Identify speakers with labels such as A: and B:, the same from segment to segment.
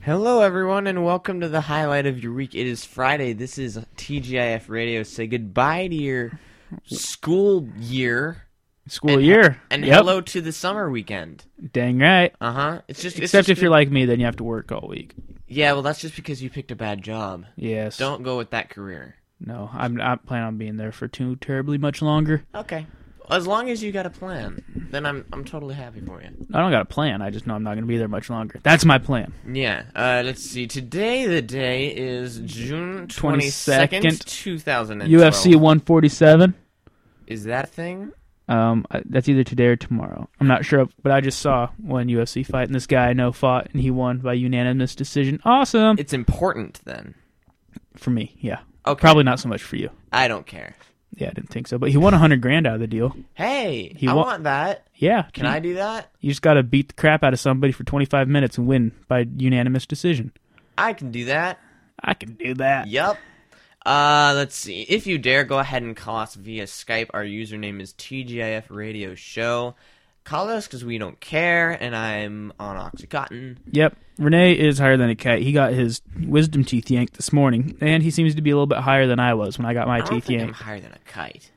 A: Hello, everyone, and welcome to the highlight of your week. It is Friday. This is TGIF Radio. Say goodbye to your school year
B: School
A: And-
B: year.
A: and
B: Yep.
A: hello to the summer weekend.
B: Dang right.
A: Uh huh. It's just it's
B: Except
A: just-
B: if you're like me, then you have to work all week.
A: yeah. Well, that's just because you picked a bad job.
B: Yes.
A: Don't go with that career.
B: No, I'm not planning on being there for too terribly much longer.
A: Okay. As long as you got a plan, then I'm I'm totally happy for you.
B: I don't got a plan. I just know I'm not going to be there much longer. That's my plan.
A: Yeah. Uh, let's see. Today, the day is June
B: 22nd,
A: 22nd, 2012.
B: UFC 147.
A: Is that a thing?
B: Um, I- that's either today or tomorrow. I'm not sure, but I just saw one UFC fight, and this guy I know fought, and he won by unanimous decision. Awesome
A: It's important then.
B: for me. Yeah,
A: Okay.
B: probably not so much for you.
A: I don't care.
B: Yeah, I didn't think so, but he won a hundred grand out of the deal.
A: Hey,
B: He
A: I
B: wa-
A: want that.
B: Yeah,
A: Can I do that?
B: You just got to beat the crap out of somebody for 25 minutes and win by unanimous decision.
A: I can do that.
B: I can do that.
A: Yep. Uh, let's see. If you dare, go ahead and call us via Skype. Our username is TGIF Radio Show. Call us because we don't care, and I'm on Oxycontin.
B: Yep. Renee is higher than a cat. He got his wisdom teeth yanked this morning, and he seems to be a little bit higher than I was when I got my
A: I don't
B: teeth
A: think I'm
B: yanked.
A: higher than a kite.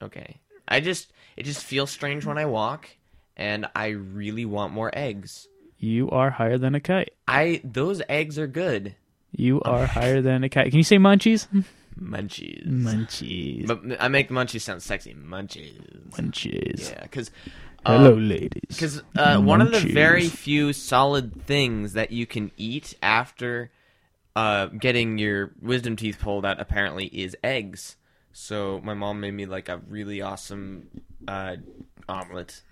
A: Okay. I just it just feels strange when I walk, and I really want more eggs.
B: You are higher than a kite.
A: I those eggs are good.
B: You are higher than a kite. Can you say munchies?
A: Munchies.
B: Mm. Munchies.
A: But I make munchies sound sexy. Munchies.
B: Munchies.
A: Yeah, Um, because
B: Hello, ladies.
A: Because uh, one of the
B: Munchies.
A: very few solid things that you can eat after uh, getting your wisdom teeth pulled out apparently is eggs. So my mom made me like a really awesome uh, omelet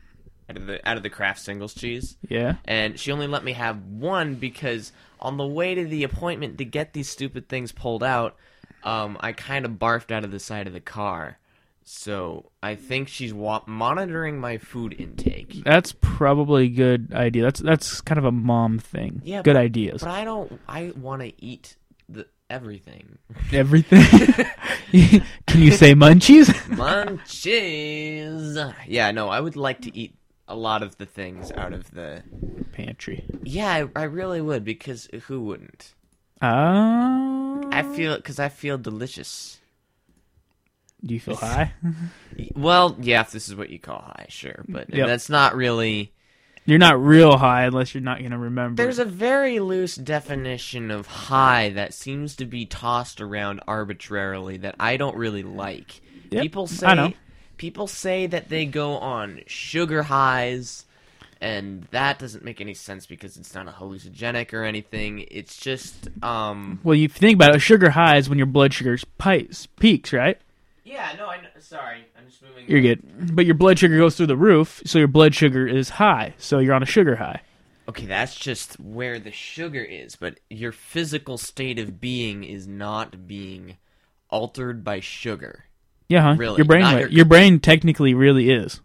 A: out of the out of the Kraft singles cheese,
B: Yeah.
A: and she only let me have one because on the way to the appointment to get these stupid things pulled out, um, I kind of barfed out of the side of the car. So I think she's wa- monitoring my food intake.
B: That's probably a good idea. That's that's kind of a mom thing.
A: Yeah,
B: good
A: but-
B: ideas.
A: But I don't. I want to eat the everything.
B: Everything. Can you say munchies?
A: Munchies. Yeah, no. I would like to eat a lot of the things out of the.
B: Pantry.
A: Yeah, I, I really would because who wouldn't?
B: Ah.
A: I feel because I feel delicious.
B: Do you feel high?
A: Well, yeah, if this is what you call high, sure, but
B: Yep.
A: that's not really.
B: You're not real high unless you're not gonna remember.
A: There's a very loose definition of high that seems to be tossed around arbitrarily that I don't really like.
B: Yep,
A: People say
B: I know.
A: people say that they go on sugar highs and that doesn't make any sense because it's not a hallucinogenic or anything. It's just um
B: well, you think about it. Sugar high is when your blood sugar spikes, peaks, right?
A: Yeah, no, I sorry. I'm just moving.
B: You're good, but your blood sugar goes through the roof, so your blood sugar is high. So you're on a sugar high.
A: Okay, that's just where the sugar is, but your physical state of being is not being altered by sugar.
B: Yeah, huh?
A: Really?
B: Your brain,
A: Not
B: wa-
A: your-
B: your... brain technically really is.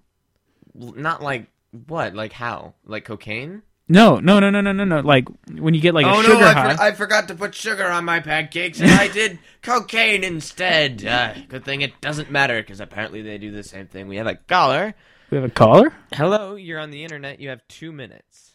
A: L- Not like what? Like how? Like cocaine?
B: No, no, no, no, no, no, no. Like when you get like a sugar high.
A: Oh, I forgot to put sugar on my pancakes and I did cocaine instead. Uh, good thing it doesn't matter because apparently they do the same thing. We have a caller.
B: We have a caller.
A: Hello, you're on the internet. You have two minutes.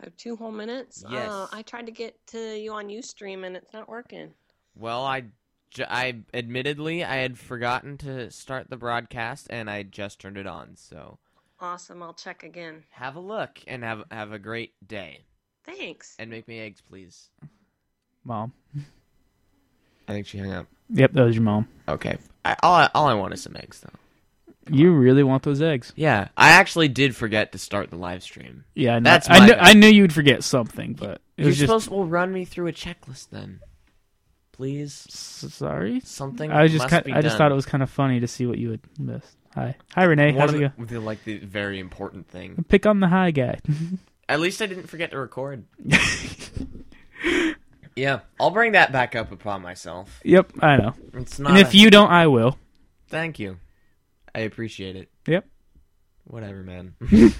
C: I have two whole minutes.
A: Yes.
C: Uh, I tried to get to you on Ustream and it's not working.
A: Well, I, ju- I admittedly I had forgotten to start the broadcast and I just turned it on. So
C: Awesome. I'll check again.
A: have a look and have have a great day.
C: Thanks.
A: And make me eggs, please.
B: Mom.
A: I think she hung up.
B: Yep, that was your mom.
A: Okay. I, all I, all I want is some eggs, though.
B: You really want those eggs?
A: Yeah, I actually did forget to start the live stream.
B: Yeah, I know.
A: That's
B: I,
A: my
B: knew,
A: bad.
B: I knew you'd forget something, but it
A: You're
B: was just
A: supposed to well, run me through a checklist then, please.
B: S- sorry.
A: Something.
B: I was just
A: must
B: kind
A: be
B: I just
A: done.
B: thought it was kind of funny to see what you would miss. Hi, hi Renee,
A: one
B: how's
A: of
B: it
A: the,
B: going?
A: the, like the very important thing.
B: Pick on the high guy.
A: At least I didn't forget to record. yeah, I'll bring that back up upon myself.
B: yep, I know.
A: It's
B: And
A: not.
B: if
A: a-
B: you don't, I will.
A: thank you, I appreciate it.
B: Yep.
A: Whatever, man.
B: You're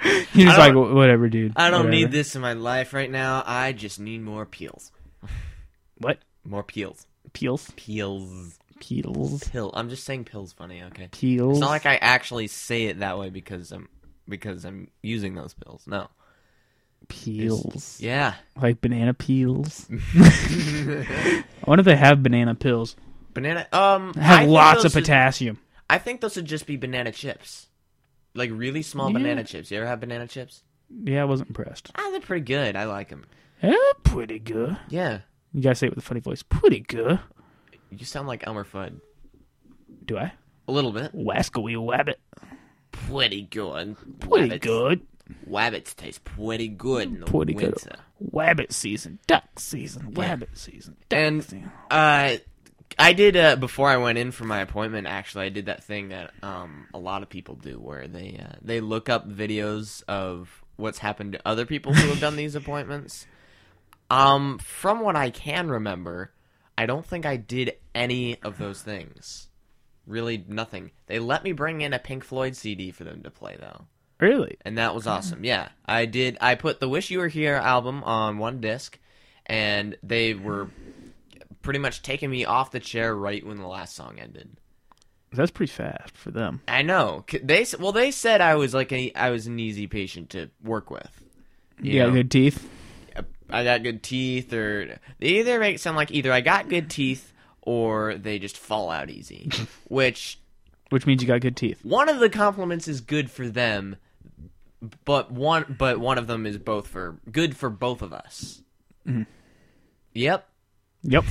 B: just
A: I
B: like
A: don't-
B: "Wh- whatever, dude.
A: I don't
B: Whatever."
A: need this in my life right now. I just need more peels.
B: What
A: More peels.
B: peels?
A: Peels.
B: Peels.
A: Pill. I'm just saying pills. Funny. Okay.
B: Peels.
A: It's not like I actually say it that way because I'm because I'm using those pills. No.
B: Peels.
A: Yeah.
B: Like banana peels. I wonder if they have banana pills.
A: Banana. Um.
B: They have
A: I think
B: lots of
A: those should-
B: potassium.
A: I think those would just be banana chips, like really small
B: Yeah.
A: banana chips. You ever have banana chips?
B: Yeah, I wasn't impressed.
A: Ah, they're pretty good. I like them.
B: Eh, pretty good.
A: Yeah.
B: You gotta say it with a funny voice. Pretty good.
A: You sound like Elmer Fudd.
B: Do I?
A: A little bit.
B: Wascally wabbit.
A: Pretty good.
B: Pretty
A: Wabbits-
B: good.
A: Wabbits taste pretty good in the
B: Pretty good.
A: winter.
B: Wabbit season. Duck season.
A: Yeah.
B: Wabbit season. Duck
A: And-
B: season.
A: Uh, I did uh, before I went in for my appointment. Actually, I did that thing that um a lot of people do, where they uh, they look up videos of what's happened to other people who have done these appointments. Um, from what I can remember, I don't think I did any of those things. Really, nothing. They let me bring in a Pink Floyd CD for them to play though
B: Really?
A: and that was awesome. Yeah, I did. I put the "Wish You Were Here" album on one disc, and they were pretty much taking me off the chair right when the last song ended.
B: That's pretty fast for them.
A: I know 'Cause they. s- Well, they said I was like a, I was an easy patient to work with. You
B: You got
A: know?
B: good teeth.
A: I got good teeth, or they either make it sound like either I got good teeth or they just fall out easy, which
B: Which means you got good teeth.
A: one of the compliments is good for them but one but one of them is both for good for both of us
B: Mm-hmm.
A: yep
B: Yep.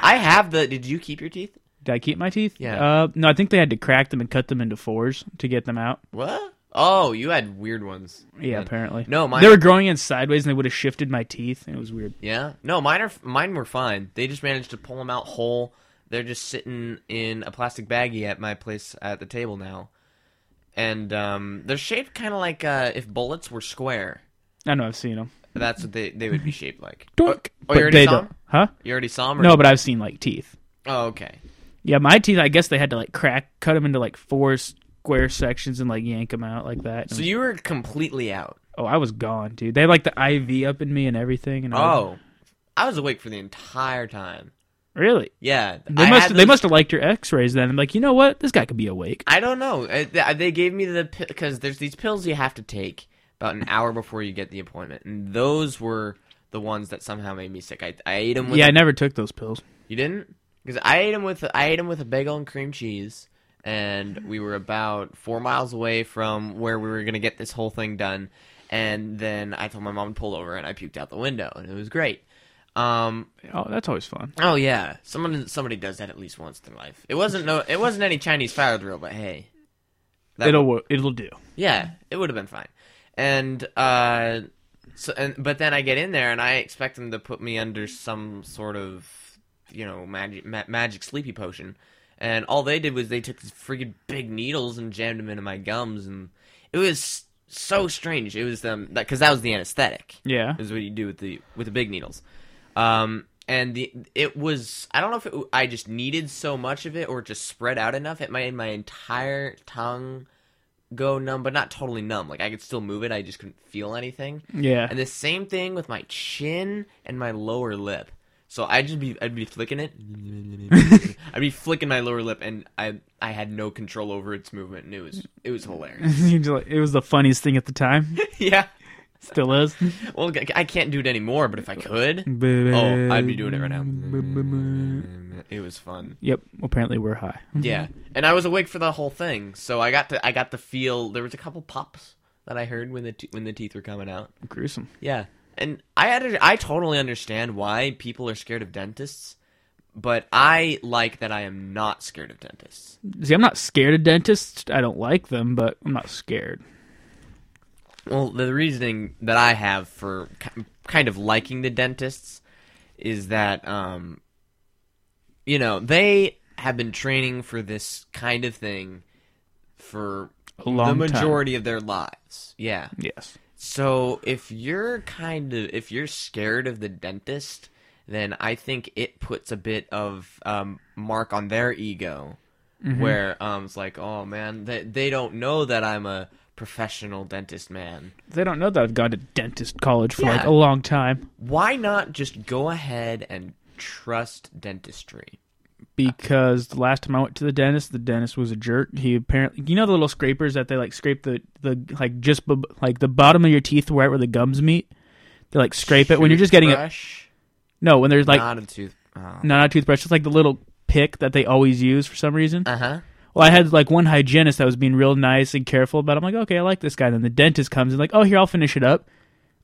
A: i have the did you keep your teeth
B: Did I keep my teeth?
A: Yeah.
B: Uh, no, I think they had to crack them and cut them into fours to get them out.
A: what oh you had weird ones Mm-hmm.
B: Yeah,
A: Man.
B: apparently.
A: No, mine-
B: They were growing in sideways, and they would have shifted my teeth, and it was weird.
A: yeah no mine are mine were fine they just managed to pull them out whole they're just sitting in a plastic baggie at my place at the table now and um, they're shaped kind of like uh, if bullets were square
B: I know I've seen them.
A: that's what they, they would be shaped like
B: Dork.
A: oh, you already
B: they
A: saw
B: don't-
A: 'em?
B: Huh?
A: you already saw them or
B: No, but I've seen like teeth.
A: oh okay
B: Yeah, my teeth. I guess they had to like crack, cut them into like four square sections, and like yank them out like that. And
A: So you were completely out.
B: oh, I was gone, dude. They had like the IV up in me and everything. And I
A: Oh,
B: was-
A: I was awake for the entire time.
B: really?
A: Yeah,
B: They
A: Oh. I
B: must.
A: had
B: They
A: those-
B: must have liked your X-rays then. I'm like, you know what? This guy could be awake.
A: I don't know. Uh, th- They gave me the because there's these pills you have to take about an hour before you get the appointment, and those were the ones that somehow made me sick. I, I ate them. With
B: yeah,
A: a-
B: I never took those pills.
A: you didn't because I ate them with I ate 'em with a bagel and cream cheese, and we were about four miles away from where we were gonna get this whole thing done, and then I told my mom to pull over, and I puked out the window, and it was great. Um,
B: Oh, that's always fun.
A: Oh yeah, someone somebody does that at least once in life. It wasn't no, it wasn't any Chinese fire drill, but hey, That-
B: it'll wo- it'll do.
A: yeah, it would have been fine. And uh, so and but then I get in there and I expect them to put me under some sort of you know magic ma- magic sleepy potion, and all they did was they took these friggin' big needles and jammed them into my gums, and it was so strange. It was them that because that was the anesthetic
B: Yeah.
A: is what you do with the with the big needles. Um, and the it was I don't know if it, I just needed so much of it or it just spread out enough. It made my entire tongue go numb, but not totally numb. Like I could still move it. I just couldn't feel anything.
B: Yeah.
A: And the same thing with my chin and my lower lip. So I would just be I'd be flicking it. I'd be flicking my lower lip, and I I had no control over its movement. And it was it was hilarious.
B: You just like- it was the funniest thing at the time.
A: yeah.
B: Still is.
A: Well, I can't do it anymore, but if I could. Oh, I'd be doing it right now. It was fun.
B: Yep. Apparently we're high.
A: Yeah, and I was awake for the whole thing, so I got to I got to feel. There was a couple pops that I heard when the te- when the teeth were coming out.
B: Gruesome.
A: Yeah, and I had I totally understand why people are scared of dentists, but I like that I am not scared of dentists.
B: See, I'm not scared of dentists. I don't like them, but I'm not scared.
A: Well, the reasoning that I have for ki- kind of liking the dentists is that, um, you know, they have been training for this kind of thing for
B: A long
A: the
B: time.
A: majority of their lives. Yeah.
B: Yes.
A: So if you're kind of if you're scared of the dentist, then I think it puts a bit of um, mark on their ego,
B: Mm-hmm.
A: where um, it's like, oh man, they they don't know that I'm a professional dentist man.
B: They don't know that I've gone to dentist college for like
A: Yeah.
B: a long time.
A: why not just go ahead and trust dentistry?
B: because the last time I went to the dentist, the dentist was a jerk. He apparently, you know, the little scrapers that they like scrape the the like just b- like the bottom of your teeth, right where the gums meet. They like scrape it when you're just getting it.
A: Toothbrush?
B: No, when there's like
A: not a tooth. Oh.
B: no, not a toothbrush. It's like the little pick that they always use for some reason.
A: Uh huh.
B: Well, I had like one hygienist that was being real nice and careful about. It. I'm like, okay, I like this guy. Then the dentist comes and like, oh, here, I'll finish it up.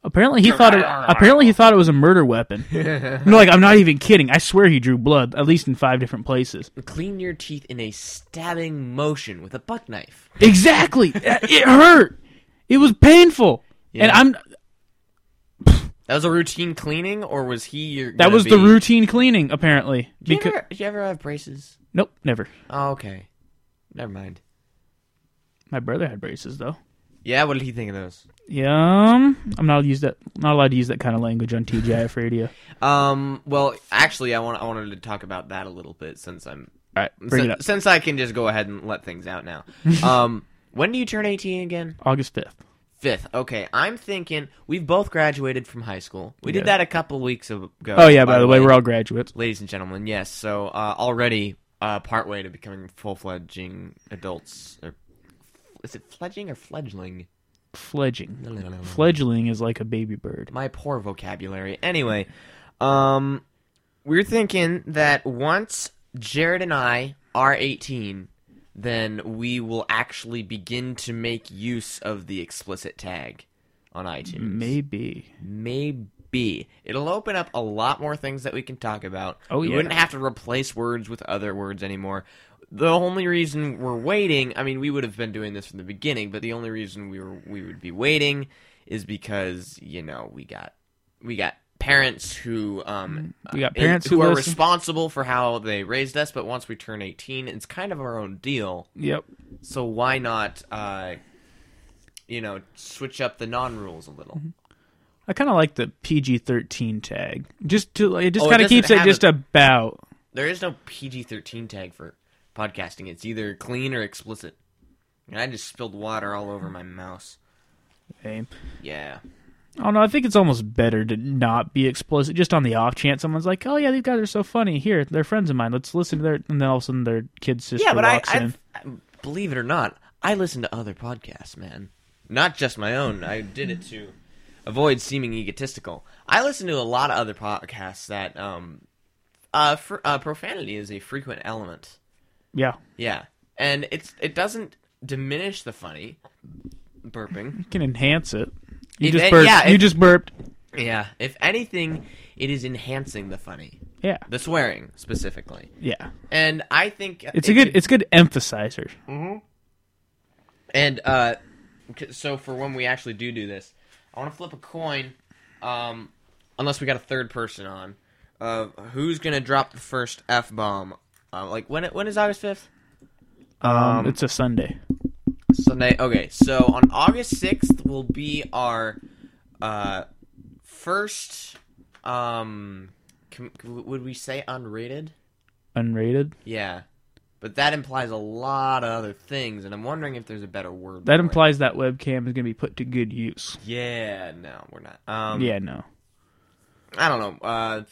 B: Apparently he thought it, apparently he thought it was a murder weapon. no, like I'm not even kidding. I swear he drew blood at least in five different places.
A: Clean your teeth in a stabbing motion with a buck knife.
B: Exactly. Uh, it hurt. It was painful. And
A: Yeah.
B: I'm
A: That was a routine cleaning, or was he? Your,
B: that
A: gonna
B: was
A: be...
B: the routine cleaning apparently.
A: Did you,
B: Becau-
A: ever, did you ever have braces?
B: nope, never.
A: Oh, okay. Never mind.
B: My brother had braces though.
A: Yeah, what did he think of those?
B: Yum. I'm not used that not allowed to use that kind of language on TGIF radio.
A: Um. Well, actually, I want I wanted to talk about that a little bit since I'm
B: All right, bring
A: sin-
B: it up.
A: since I can just go ahead and let things out now. um. When do you turn eighteen again?
B: August 5th.
A: Fifth. Okay. I'm thinking we've both graduated from high school. We
B: Yeah.
A: did that a couple weeks ago.
B: Oh yeah, by, the way, we're all graduates.
A: ladies and gentlemen. Yes. So uh, already uh, part way to becoming full fledging adults. Or is it fledging or fledgling?
B: Fledging.
A: No, no, no, no, no.
B: Fledgling is like a baby bird.
A: my poor vocabulary. Anyway, um, we're thinking that once Jared and I are 18, then we will actually begin to make use of the explicit tag on iTunes.
B: Maybe.
A: Maybe. It'll open up a lot more things that we can talk about.
B: Oh,
A: We
B: yeah.
A: wouldn't have to replace words with other words anymore. The only reason we're waiting, I mean, we would have been doing this from the beginning, but the only reason we were we would be waiting is because you know we got we got parents who um
B: Mm-hmm. We got
A: uh,
B: parents
A: who,
B: who
A: are
B: listen.
A: responsible for how they raised us. But once we turn eighteen, it's kind of our own deal.
B: Yep.
A: So why not, uh, you know, switch up the non rules a little?
B: I kind of like the PG-13 tag. Just to it just
A: Oh, it
B: kind of
A: doesn't
B: keeps it
A: have
B: just
A: a-
B: about
A: There is no PG thirteen tag for podcasting. It's either clean or explicit. And I just spilled water all over my mouse.
B: aim.
A: Yeah.
B: I don't know. I think it's almost better to not be explicit. Just on the off chance someone's like, "Oh yeah, these guys are so funny. Here, they're friends of mine. Let's listen to their." And then all of a sudden, their kid sister
A: Yeah, but I,
B: walks in.
A: I, I believe it or not, I listen to other podcasts, man. Not just my own. I did it to avoid seeming egotistical. I listen to a lot of other podcasts that um uh, fr- uh profanity is a frequent element.
B: Yeah,
A: Yeah. And it's it doesn't diminish the funny burping.
B: you can enhance it. You
A: It-
B: just
A: it-
B: burped.
A: yeah,
B: you
A: it-
B: just burped.
A: Yeah. If anything, it is enhancing the funny.
B: Yeah,
A: The swearing, specifically.
B: yeah.
A: And I think
B: It's a good. It's good emphasizer.
A: and uh, c- so for when we actually do do this, I want to flip a coin. Um, unless we got a third person on, uh, who's gonna drop the first f bomb? Uh, like when? it- When is August fifth?
B: Um, it's a Sunday.
A: Sunday. Okay, so on August sixth will be our uh, first. Um, com- would we say unrated?
B: Unrated.
A: Yeah. But that implies a lot of other things, and I'm wondering if there's a better word. for it.
B: That implies that webcam is going to be put to good use.
A: Yeah, no, we're not. Um,
B: yeah, no.
A: I don't know. Uh,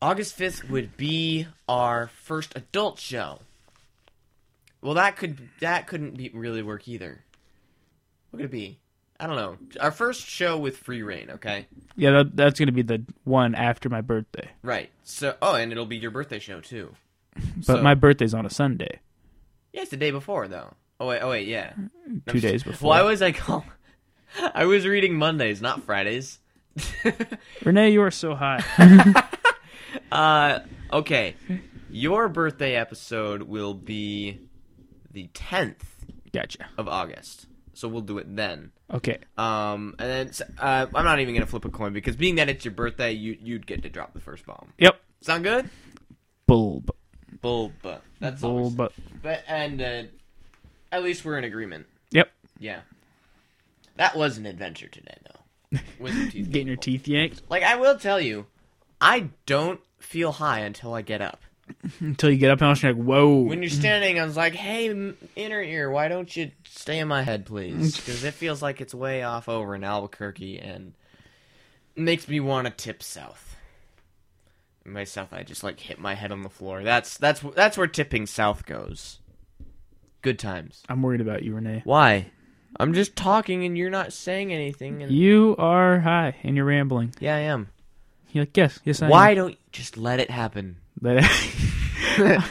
A: August 5th would be our first adult show. Well, that could that couldn't be really work either. What could it be? I don't know. Our first show with free reign, okay?
B: Yeah, that, that's going to be the one after my birthday.
A: Right. So, oh, and it'll be your birthday show too.
B: But
A: So-
B: my birthday's on a Sunday.
A: Yeah, it's the day before though. Oh wait, oh wait, yeah.
B: Two days before.
A: Why was I call? I was reading Mondays, not Fridays.
B: Renee, you are so high.
A: uh, okay. Your birthday episode will be the 10th
B: gotcha.
A: of August. So we'll do it then.
B: Okay.
A: Um, and then s- uh, I'm not even gonna flip a coin because being that it's your birthday, you you'd get to drop the first bomb.
B: Yep.
A: Sound good?
B: Bulb.
A: Bulba. That's all. we're-
B: Bulb.
A: But and uh, at least we're in agreement.
B: Yep.
A: Yeah. That was an adventure today, though. With your teeth.
B: Getting your
A: pulled.
B: teeth yanked
A: Like, I will tell you, I don't feel high until I get up.
B: until you get up and you're like, whoa.
A: When you're standing, I was like, hey, m- inner ear, why don't you stay in my head, please? Because it feels like it's way off over in Albuquerque and makes me want to tip south. myself. I just like hit my head on the floor. That's that's that's where tipping south goes. Good times.
B: I'm worried about you, Renee.
A: Why? I'm just talking and you're not saying anything. And...
B: You are high and you're rambling.
A: Yeah, I am.
B: You're like, yes, yes, I
A: Why
B: am.
A: don't you just let it happen?
B: But-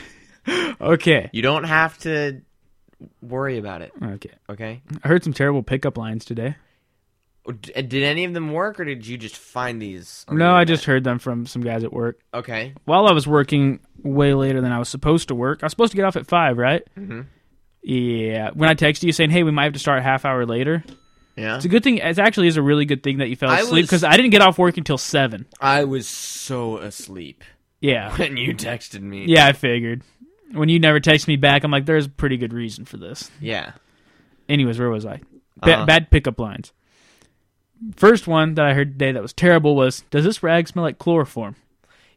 B: okay.
A: You don't have to worry about it.
B: Okay.
A: Okay.
B: I heard some terrible pickup lines today.
A: D- Did any of them work, or did you just find these? on the
B: No, I
A: internet?
B: just heard them from some guys at work.
A: Okay.
B: While I was working way later than I was supposed to work, I was supposed to get off at 5, right?
A: Mhm.
B: Yeah. When I texted you saying, hey, we might have to start a half hour later,
A: Yeah.
B: it's a good thing. It actually is a really good thing that you fell
A: I
B: asleep
A: was-
B: because I didn't get off work until 7.
A: I was so asleep
B: Yeah.
A: when you texted me.
B: Yeah, I figured. When you never texted me back, I'm like, there's a pretty good reason for this.
A: Yeah.
B: Anyways, where was I? Ba-
A: Uh-huh.
B: Bad pickup lines. First one that I heard today that was terrible was, "Does this rag smell like chloroform?"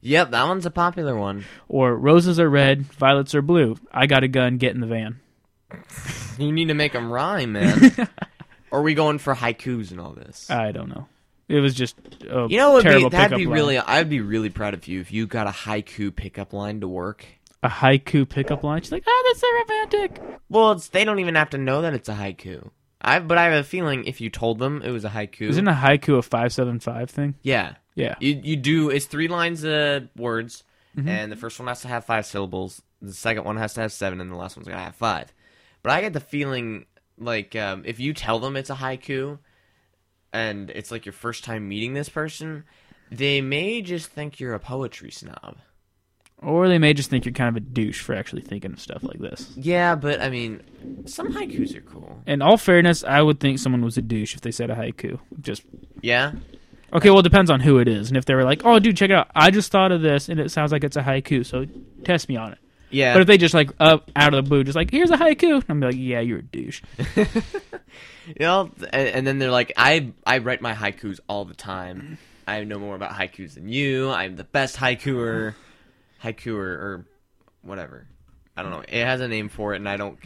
A: Yep. That one's a popular one.
B: Or "Roses are red, violets are blue." I got a gun. Get in the van.
A: You need to make them rhyme, man. Are we going for haikus and all this?
B: I don't know. It was just a
A: you know, it'd be,
B: Uh, terrible
A: that'd
B: pickup
A: be
B: line.
A: really. I'd be really proud of you if you got a haiku pickup line to work.
B: a haiku pickup line. She's like, "Ah, that's so romantic."
A: Well, it's, they don't even have to know that it's a haiku. I but I have a feeling if you told them it was a haiku,
B: Isn't a haiku a five seven five thing?
A: yeah,
B: Yeah.
A: you you do it's three lines of words, and the first one has to have five syllables, the second one has to have seven, and the last one's got to have five. But I get the feeling like um, if you tell them it's a haiku, and it's like your first time meeting this person, they may just think you're a poetry snob.
B: Or they may just think you're kind of a douche for actually thinking of stuff like this.
A: Yeah, but I mean, some haikus are cool.
B: In all fairness, I would think someone was a douche if they said a haiku. Just
A: Yeah,
B: Okay, well, it depends on who it is. And if they were like, oh, dude, check it out. I just thought of this, and it sounds like it's a haiku, so test me on it.
A: yeah.
B: But if they just, like, up out of the blue, just like, here's a haiku, I'm like, yeah, you're a douche.
A: You know, th- and, and then they're like, I I write my haikus all the time. I know more about haikus than you. I'm the best haikuer, haikuer or whatever. I don't know. It has a name for it, and I don't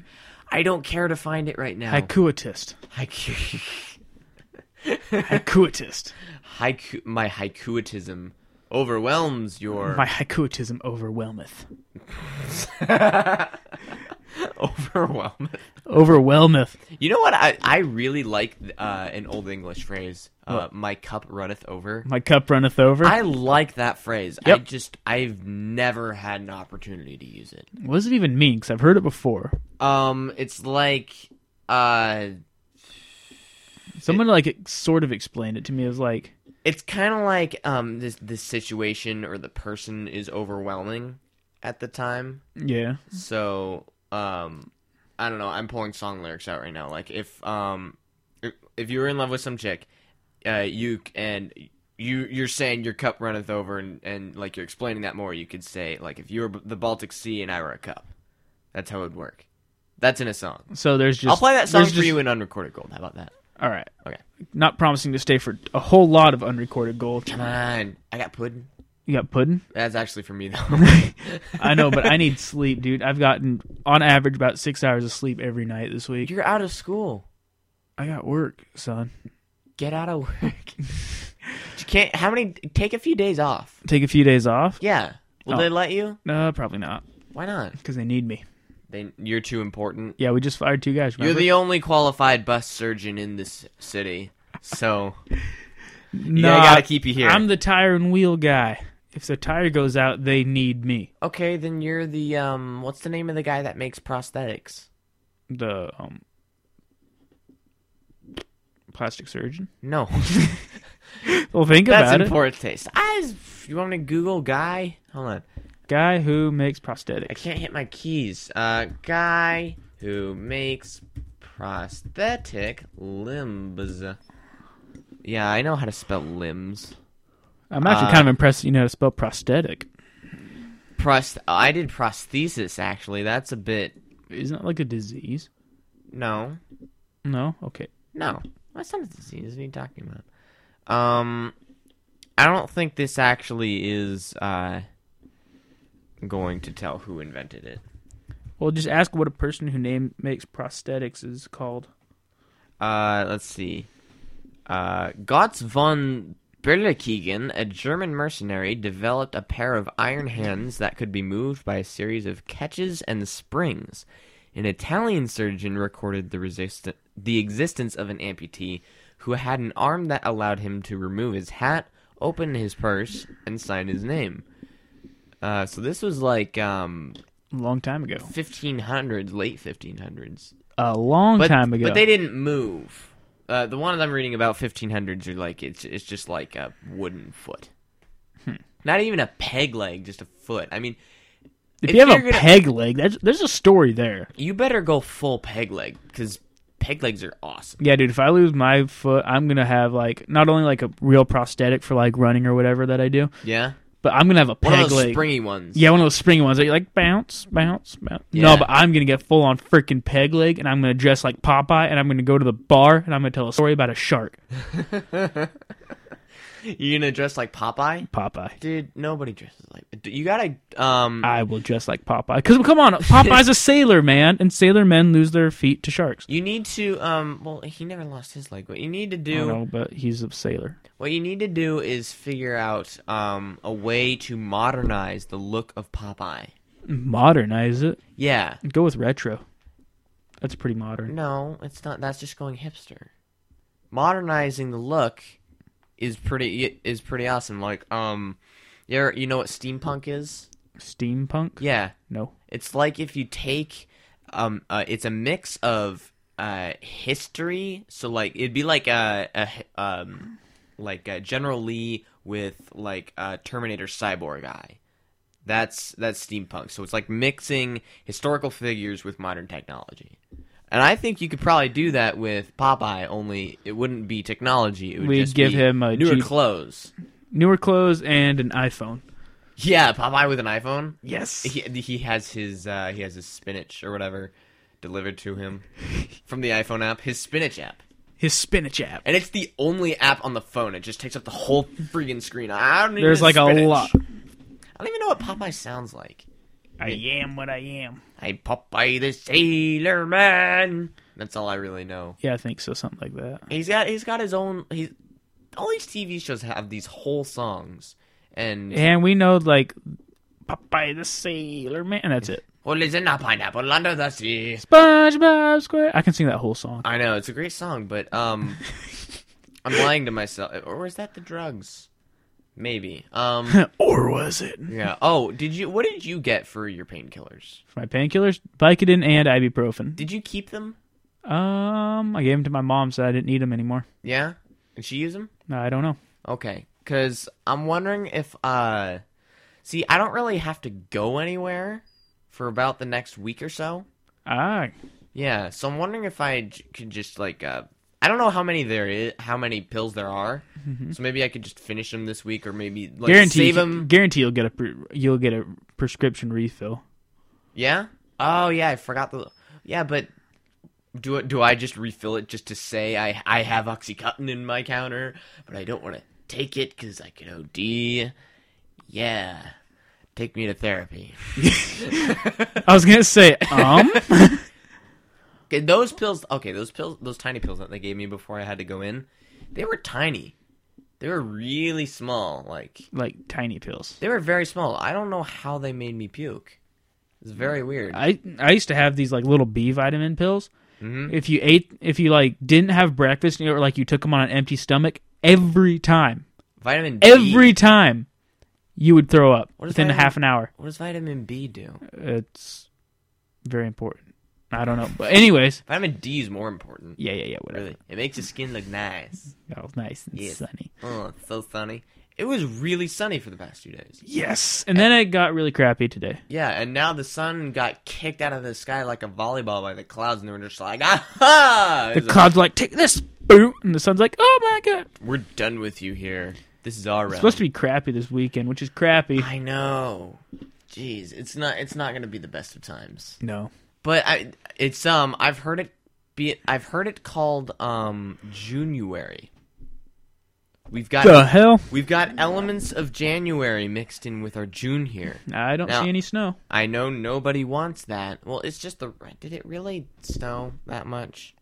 A: I don't care to find it right now.
B: Haikuatist.
A: Haiku,
B: Haikuatist.
A: haiku my haikuitism overwhelms your
B: My haikuatism overwhelmeth.
A: overwhelm.
B: Overwhelmeth.
A: You know what? I I really like uh, an old English phrase. Uh, my cup runneth over.
B: My cup runneth over.
A: I like that phrase. I
B: Yep.
A: just I've never had an opportunity to use it.
B: What does it even mean? Because I've heard it before.
A: Um, it's like uh,
B: Someone, like, ex- sort of explained it to me. It was like,
A: it's kind of like um this this situation or the person is overwhelming at the time.
B: yeah.
A: So um, I don't know. I'm pulling song lyrics out right now. Like if um if- if you were in love with some chick, uh, you c- and you you're saying your cup runneth over and and like you're explaining that more. You could say like if you were b- the Baltic Sea and I were a cup. That's how it would work. That's in a song.
B: So there's just.
A: I'll play that song
B: there's
A: for
B: just-
A: you in unrecorded gold. How about that?
B: All right.
A: Okay.
B: Not promising to stay for a whole lot of unrecorded gold.
A: Come on, I got pudding.
B: You got pudding?
A: That's actually for me though.
B: I know, but I need sleep, dude. I've gotten on average about six hours of sleep every night this week.
A: You're out of school.
B: I got work, son.
A: Get out of work. you can't. How many? Take a few days off.
B: Take a few days off?
A: Yeah. Will
B: Oh.
A: they let you?
B: No, probably not,
A: Why not?
B: because they need me.
A: They, you're too important.
B: Yeah, we just fired two guys.
A: You're
B: remember?
A: the only qualified bus surgeon in this city, so
B: Nah,
A: yeah, I gotta keep you here.
B: I'm the tire and wheel guy. If the tire goes out, they need me.
A: okay, then you're the um. What's the name of the guy that makes prosthetics?
B: The um, plastic surgeon.
A: No,
B: Well, think
A: that's
B: about
A: in
B: it.
A: poor taste. I. You want to Google guy? Hold on.
B: Guy who makes
A: I
B: prosthetics.
A: can't hit my keys. Uh, guy who makes prosthetic limbs. Yeah, I know how to spell limbs.
B: I'm actually
A: Uh,
B: kind of impressed. that You know how to spell prosthetic.
A: Prost. I did prosthesis actually. That's a bit.
B: Isn't that like a disease?
A: No,
B: No. Okay.
A: no, that's not a disease. What are you talking about? Um, I don't think this actually is uh going to tell who invented it.
B: Well, just ask what a person who name makes prosthetics is called.
A: Uh, let's see. Uh, Gotts von Berlikigen, a German mercenary, developed a pair of iron hands that could be moved by a series of catches and springs. An Italian surgeon recorded the, resist- the existence of an amputee who had an arm that allowed him to remove his hat, open his purse, and sign his name. Uh, so this was like um,
B: long time ago.
A: 1500s, late 1500s
B: A long
A: but,
B: time ago.
A: But they didn't move. Uh, the one that I'm reading about 1500s are like it's it's just like a wooden foot,
B: Hmm.
A: not even a peg leg, just a foot. I mean,
B: if,
A: if
B: you have a
A: you're gonna-
B: peg leg, that's, there's a story there.
A: you better go full peg leg because peg legs are awesome.
B: Yeah, dude. If I lose my foot, I'm gonna have like not only like a real prosthetic for like running or whatever that I do,
A: Yeah,
B: but I'm gonna have a
A: one
B: peg
A: of those
B: leg.
A: springy ones.
B: yeah, one of those springy ones that you like bounce, bounce, bounce.
A: Yeah.
B: No, but I'm gonna get full on freaking peg leg, and I'm gonna dress like Popeye, and I'm gonna go to the bar, and I'm gonna tell a story about a shark.
A: you're gonna dress like Popeye,
B: Popeye.
A: dude. Nobody dresses like you. Gotta um.
B: I will dress like Popeye. Because come on, Popeye's a sailor man, and sailor men lose their feet to sharks.
A: you need to um. Well, he never lost his leg. What you need to
B: I don't
A: do.
B: know, but he's a sailor.
A: What you need to do is figure out um a way to modernize the look of Popeye.
B: Modernize it.
A: Yeah.
B: Go with retro. That's pretty modern.
A: No, it's not. That's just going hipster. Modernizing the look is pretty is pretty awesome. Like, um, you ever- you know what steampunk is?
B: Steampunk?
A: Yeah,
B: No.
A: it's like if you take, um, uh, it's a mix of uh history. So like it'd be like a, a hi- um, like uh General Lee with like a Terminator cyborg guy. That's that's steampunk. So it's like mixing historical figures with modern technology. And I think you could probably do that with Popeye, only it wouldn't be technology. It would
B: We'd
A: just
B: give
A: be
B: him a
A: newer
B: Jeep.
A: clothes.
B: Newer clothes and an iPhone.
A: Yeah, Popeye with an iPhone.
B: Yes.
A: He he has his uh, he has his spinach or whatever delivered to him from the iPhone app, his spinach app.
B: His spinach app.
A: And it's the only app on the phone. It just takes up the whole freaking screen. I don't even
B: There's like a
A: spinach.
B: lot.
A: I don't even know what Popeye sounds like.
B: I am what I am.
A: Hey, Popeye the Sailor Man. That's all I really know.
B: Yeah, I think so. Something like that.
A: He's got he's got his own. He's all these TV shows have these whole songs. And
B: And we know, like, Popeye the Sailor Man. And that's it.
A: what is in a pineapple under the sea?
B: SpongeBob Square. I can sing that whole song.
A: I know it's a great song, but um, I'm lying to myself. Or was that the drugs? Maybe. Um,
B: or was it?
A: yeah. Oh, did you? What did you get for your painkillers?
B: My painkillers, Vicodin, and ibuprofen.
A: Did you keep them?
B: Um, I gave them to my mom, so I didn't need them anymore.
A: Yeah. Did she use them?
B: I don't know.
A: Okay. Cause I'm wondering if uh, see, I don't really have to go anywhere for about the next week or so.
B: Ah,
A: Yeah. So I'm wondering if I j- could just like uh. I don't know how many there is, how many pills there are, so maybe I could just finish them this week, or maybe like
B: guarantee
A: save
B: you-
A: them.
B: Guarantee you'll get a pre- you'll get a prescription refill.
A: Yeah. Oh yeah, I forgot the. Yeah, but do do I just refill it just to say I I have oxycontin in my counter, but I don't want to take it because I could OD. Yeah, take me to therapy.
B: I was gonna say, um,
A: Okay, those pills. Okay, those pills, those tiny pills that they gave me before I had to go in, they were tiny. They were really small. Like
B: like tiny pills.
A: they were very small. I don't know how they made me puke. It's very weird.
B: I I used to have these like little B vitamin pills.
A: Mhm.
B: If you ate, if you like didn't have breakfast, or like you took them on an empty stomach, every time,
A: Vitamin B.
B: every time, you would throw up
A: What is
B: within a
A: vitamin-
B: half an hour.
A: What does vitamin B do?
B: It's very important. I don't know, but anyways,
A: Vitamin D is more important.
B: yeah, yeah, yeah, whatever.
A: Really, it makes your skin look nice.
B: That was nice and
A: Yes.
B: sunny.
A: Oh, it's so sunny. It was really sunny for the past few days.
B: Yes. And then it got really crappy today.
A: Yeah, and now the sun got kicked out of the sky like a volleyball by the clouds, and they were just like, ah ha!
B: The clouds like, take this, boom, and the sun's like, oh my god.
A: We're done with you here. This is our
B: It's
A: realm.
B: supposed to be crappy this weekend, which is crappy.
A: I know. Jeez, it's not. It's not gonna be the best of times.
B: No.
A: But I, it's um, I've heard it be. I've heard it called um, January. We've got
B: The hell?
A: We've got elements of January mixed in with our June here.
B: I don't
A: Now-
B: see any snow.
A: I know nobody wants that. Well, it's just the. Did it really snow that much?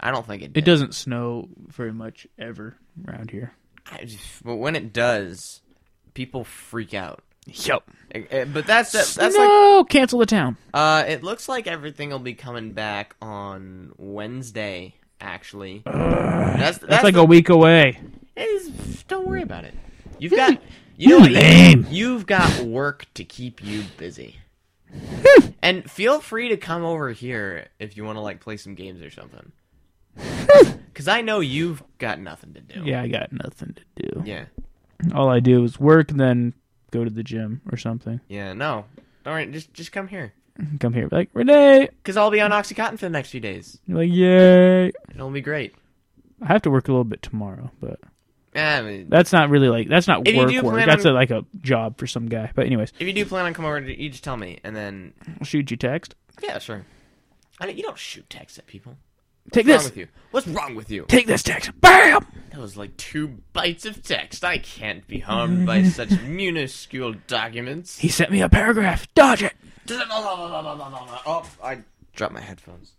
A: I don't think it did.
B: It doesn't snow very much ever around here.
A: I just- but when it does, people freak out.
B: Yep.
A: Eh, eh, But that's that's like
B: no, cancel the town.
A: uh, it looks like everything will be coming back on Wednesday. Actually, that's that's,
B: That's, like a week away.
A: It is- don't worry about it. You've
B: You're-
A: got you know what?
B: you're Hmm. lame.
A: You've got work to keep you busy.
B: Hmm.
A: and feel free to come over here if you want to like play some games or something. Cuz I know you've got nothing to do.
B: Hmm. Yeah, I got nothing to do.
A: Yeah.
B: All I do is work, then go to the gym or something.
A: Yeah, no. All right, just just come here.
B: Come here, be like Renee.
A: Cuz I'll be on OxyContin for the next few days.
B: You're like, yay!
A: It'll be great.
B: I have to work a little bit tomorrow, but
A: Eh, I mean,
B: that's not really like that's not
A: If you
B: work
A: do
B: work.
A: plan
B: That's
A: on-
B: a, like a job for some guy. But anyways,
A: if you do plan on coming over, you just tell me and then
B: I'll shoot you text.
A: yeah, sure. I mean, you don't shoot texts at people.
B: Take
A: What's wrong
B: this.
A: with you? What's wrong with you?
B: Take this text. Bam.
A: That was like two bytes of text. I can't be harmed by such minuscule documents.
B: He sent me a paragraph. Dodge it.
A: Oh, I dropped my headphones.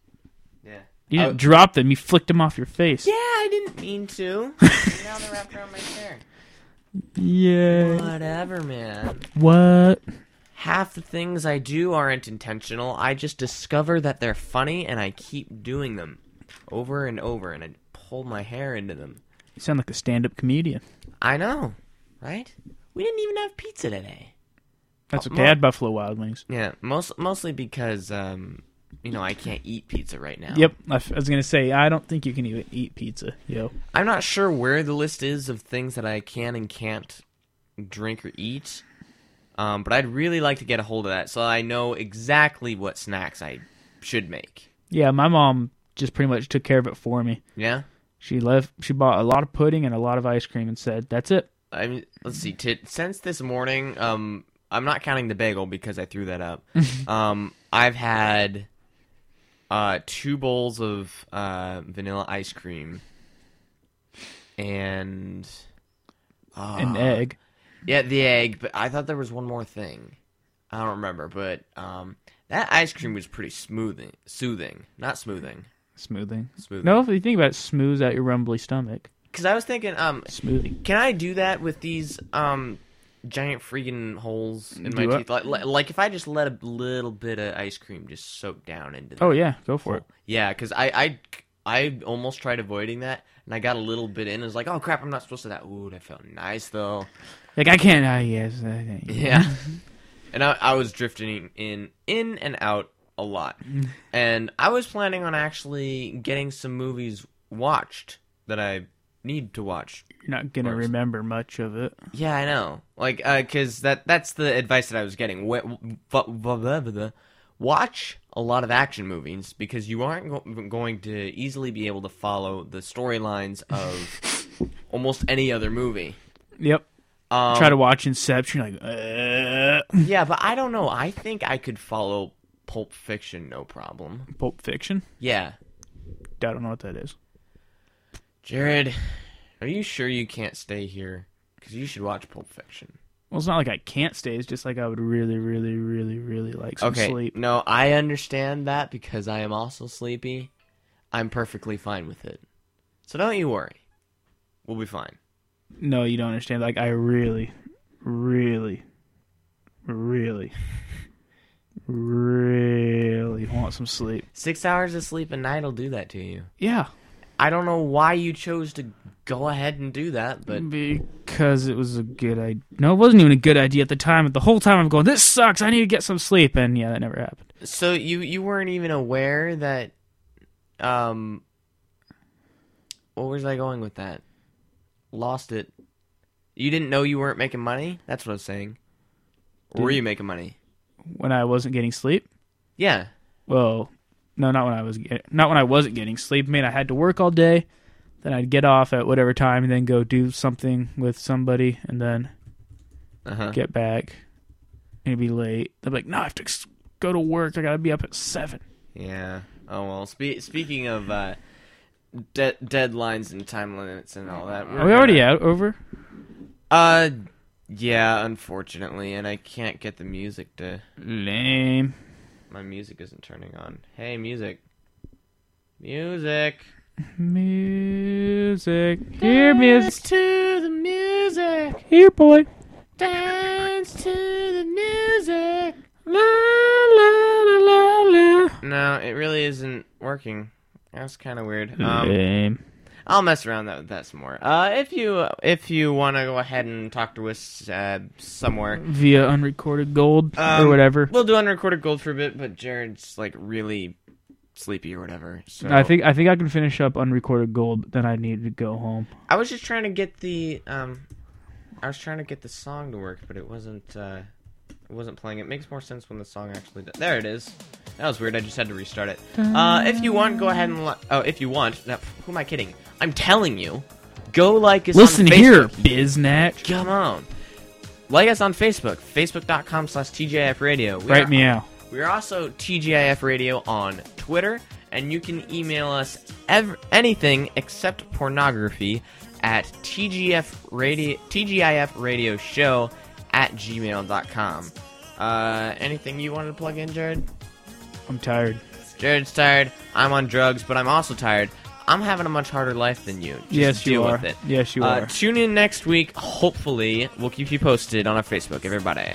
A: Yeah.
B: You
A: Oh.
B: didn't drop them. You flicked them off your face.
A: Yeah, I didn't mean to. now they're wrapped around my chair.
B: Yeah.
A: Whatever, man.
B: What?
A: Half the things I do aren't intentional. I just discover that they're funny and I keep doing them over and over and I pull my hair into them.
B: You sound like a stand-up comedian.
A: I know, right? We didn't even have pizza today.
B: That's
A: Oh,
B: okay. I had Buffalo Wild Wings.
A: Yeah, most mostly because um, you know I can't eat pizza right now.
B: Yep. I, f- I was gonna say I don't think you can even eat pizza. Yo.
A: I'm not sure where the list is of things that I can and can't drink or eat. Um, but I'd really like to get a hold of that so I know exactly what snacks I should make.
B: Yeah, my mom just pretty much took care of it for me.
A: Yeah.
B: She left. She bought a lot of pudding and a lot of ice cream and said, "That's it."
A: I mean, let's see. T- since this morning, um, I'm not counting the bagel because I threw that up. um, I've had uh, two bowls of uh, vanilla ice cream and uh,
B: An egg.
A: Yeah, the egg. But I thought there was one more thing. I don't remember, but um, that ice cream was pretty smoothing, soothing, not smoothing,
B: Smoothing.
A: smoothing.
B: No, if you think about it, smooths out your rumbly stomach.
A: because I was thinking, um,
B: Smoothie.
A: Can I do that with these um giant freaking holes in my
B: Do it.
A: teeth? Like, like, like if I just let a little bit of ice cream just soak down into.
B: Oh yeah, go for it.
A: Yeah, because I I I almost tried avoiding that, and I got a little bit in. I was like, oh crap, I'm not supposed to. That ooh, that felt nice though.
B: Like I can't. Ah, yes. I can't.
A: Yeah. and I, I was drifting in in and out a lot. and I was planning on actually getting some movies watched that I need to watch
B: You're not gonna
A: Works.
B: remember much of it.
A: Yeah, I know. Like, uh 'cause cause that that's the advice that I was getting. Wh- wh- blah, blah, blah, blah. Watch a lot of action movies because you aren't go- going to easily be able to follow the storylines of almost any other movie.
B: Yep.
A: Um,
B: Try to watch Inception. Like, uh,
A: yeah, but I don't know. I think I could follow Pulp Fiction, no problem.
B: Pulp Fiction.
A: Yeah,
B: I don't know what that is.
A: Jared, are you sure you can't stay here? Because you should watch Pulp Fiction.
B: Well, it's not like I can't stay. It's just like I would really, really, really, really like some
A: Okay.
B: sleep.
A: No, I understand that because I am also sleepy. I'm perfectly fine with it. So don't you worry. We'll be fine.
B: No, you don't understand. Like I really, really, really, really want some sleep.
A: Six hours of sleep a night will do that to you.
B: Yeah,
A: I don't know why you chose to go ahead and do that,
B: Mm.
A: but
B: because it was a good idea. No, it wasn't even a good idea at the time. But the whole time I'm going, this sucks. I need to get some sleep. And yeah, that never happened.
A: so you you weren't even aware that um what was I going with that? Lost it. You didn't know you weren't making money? That's what I was saying. Or were
B: Didn't-
A: you making money?
B: When I wasn't getting sleep.
A: Yeah.
B: Well, no, not when I was get- not when I wasn't getting sleep. I mean, I had to work all day. Then I'd get off at whatever time and then go do something with somebody and then
A: Uh-huh.
B: get back and it'd be late. They'd be like, no, I have to ex- go to work. I got to be up at 7.
A: Yeah. Oh well. Spe- speaking of uh, de- deadlines and time limits and all that, we're
B: Are we already
A: gonna-
B: out over?
A: Uh, yeah. Unfortunately, and I can't get the music to.
B: Lame.
A: My music isn't turning on. Hey, music. Music.
B: music. Here, miss.
A: to the music.
B: Here, boy.
A: Dance to the music.
B: La la la la la.
A: No, it really isn't working. That's kind of weird. Um,
B: Um,
A: I'll mess around that, with that some more. Uh, if you if you want to go ahead and talk to us uh, somewhere,
B: via unrecorded gold
A: Um,
B: or whatever.
A: we'll do unrecorded gold for a bit. But Jared's like really sleepy or whatever. So
B: I think I think I can finish up unrecorded gold, but then I need to go home.
A: I was just trying to get the um, I was trying to get the song to work, but it wasn't uh, it wasn't playing. It makes more sense when the song actually does. There it is. That was weird. I just had to restart it. Uh, if you want, go ahead and li- oh, if you want. No, who am I kidding? I'm telling you, go like us.
B: Listen
A: on
B: here,
A: Facebook.
B: biznatch.
A: Come on. Like us on Facebook, facebook.com slash TGIF Radio. We
B: Right
A: are-
B: meow.
A: We're also TGIF Radio on Twitter, and you can email us ev- anything except pornography at TGF radio, TGIF Radio Show at gmail.com. Uh, anything you wanted to plug in, Jared?
B: I'm tired.
A: Jared's tired. I'm on drugs, but I'm also tired. I'm having a much harder life than you. Just
B: yes, you
A: deal
B: are.
A: with it.
B: Yes, you
A: Uh,
B: are.
A: tune in next week. Hopefully, we'll keep you posted on our Facebook, everybody.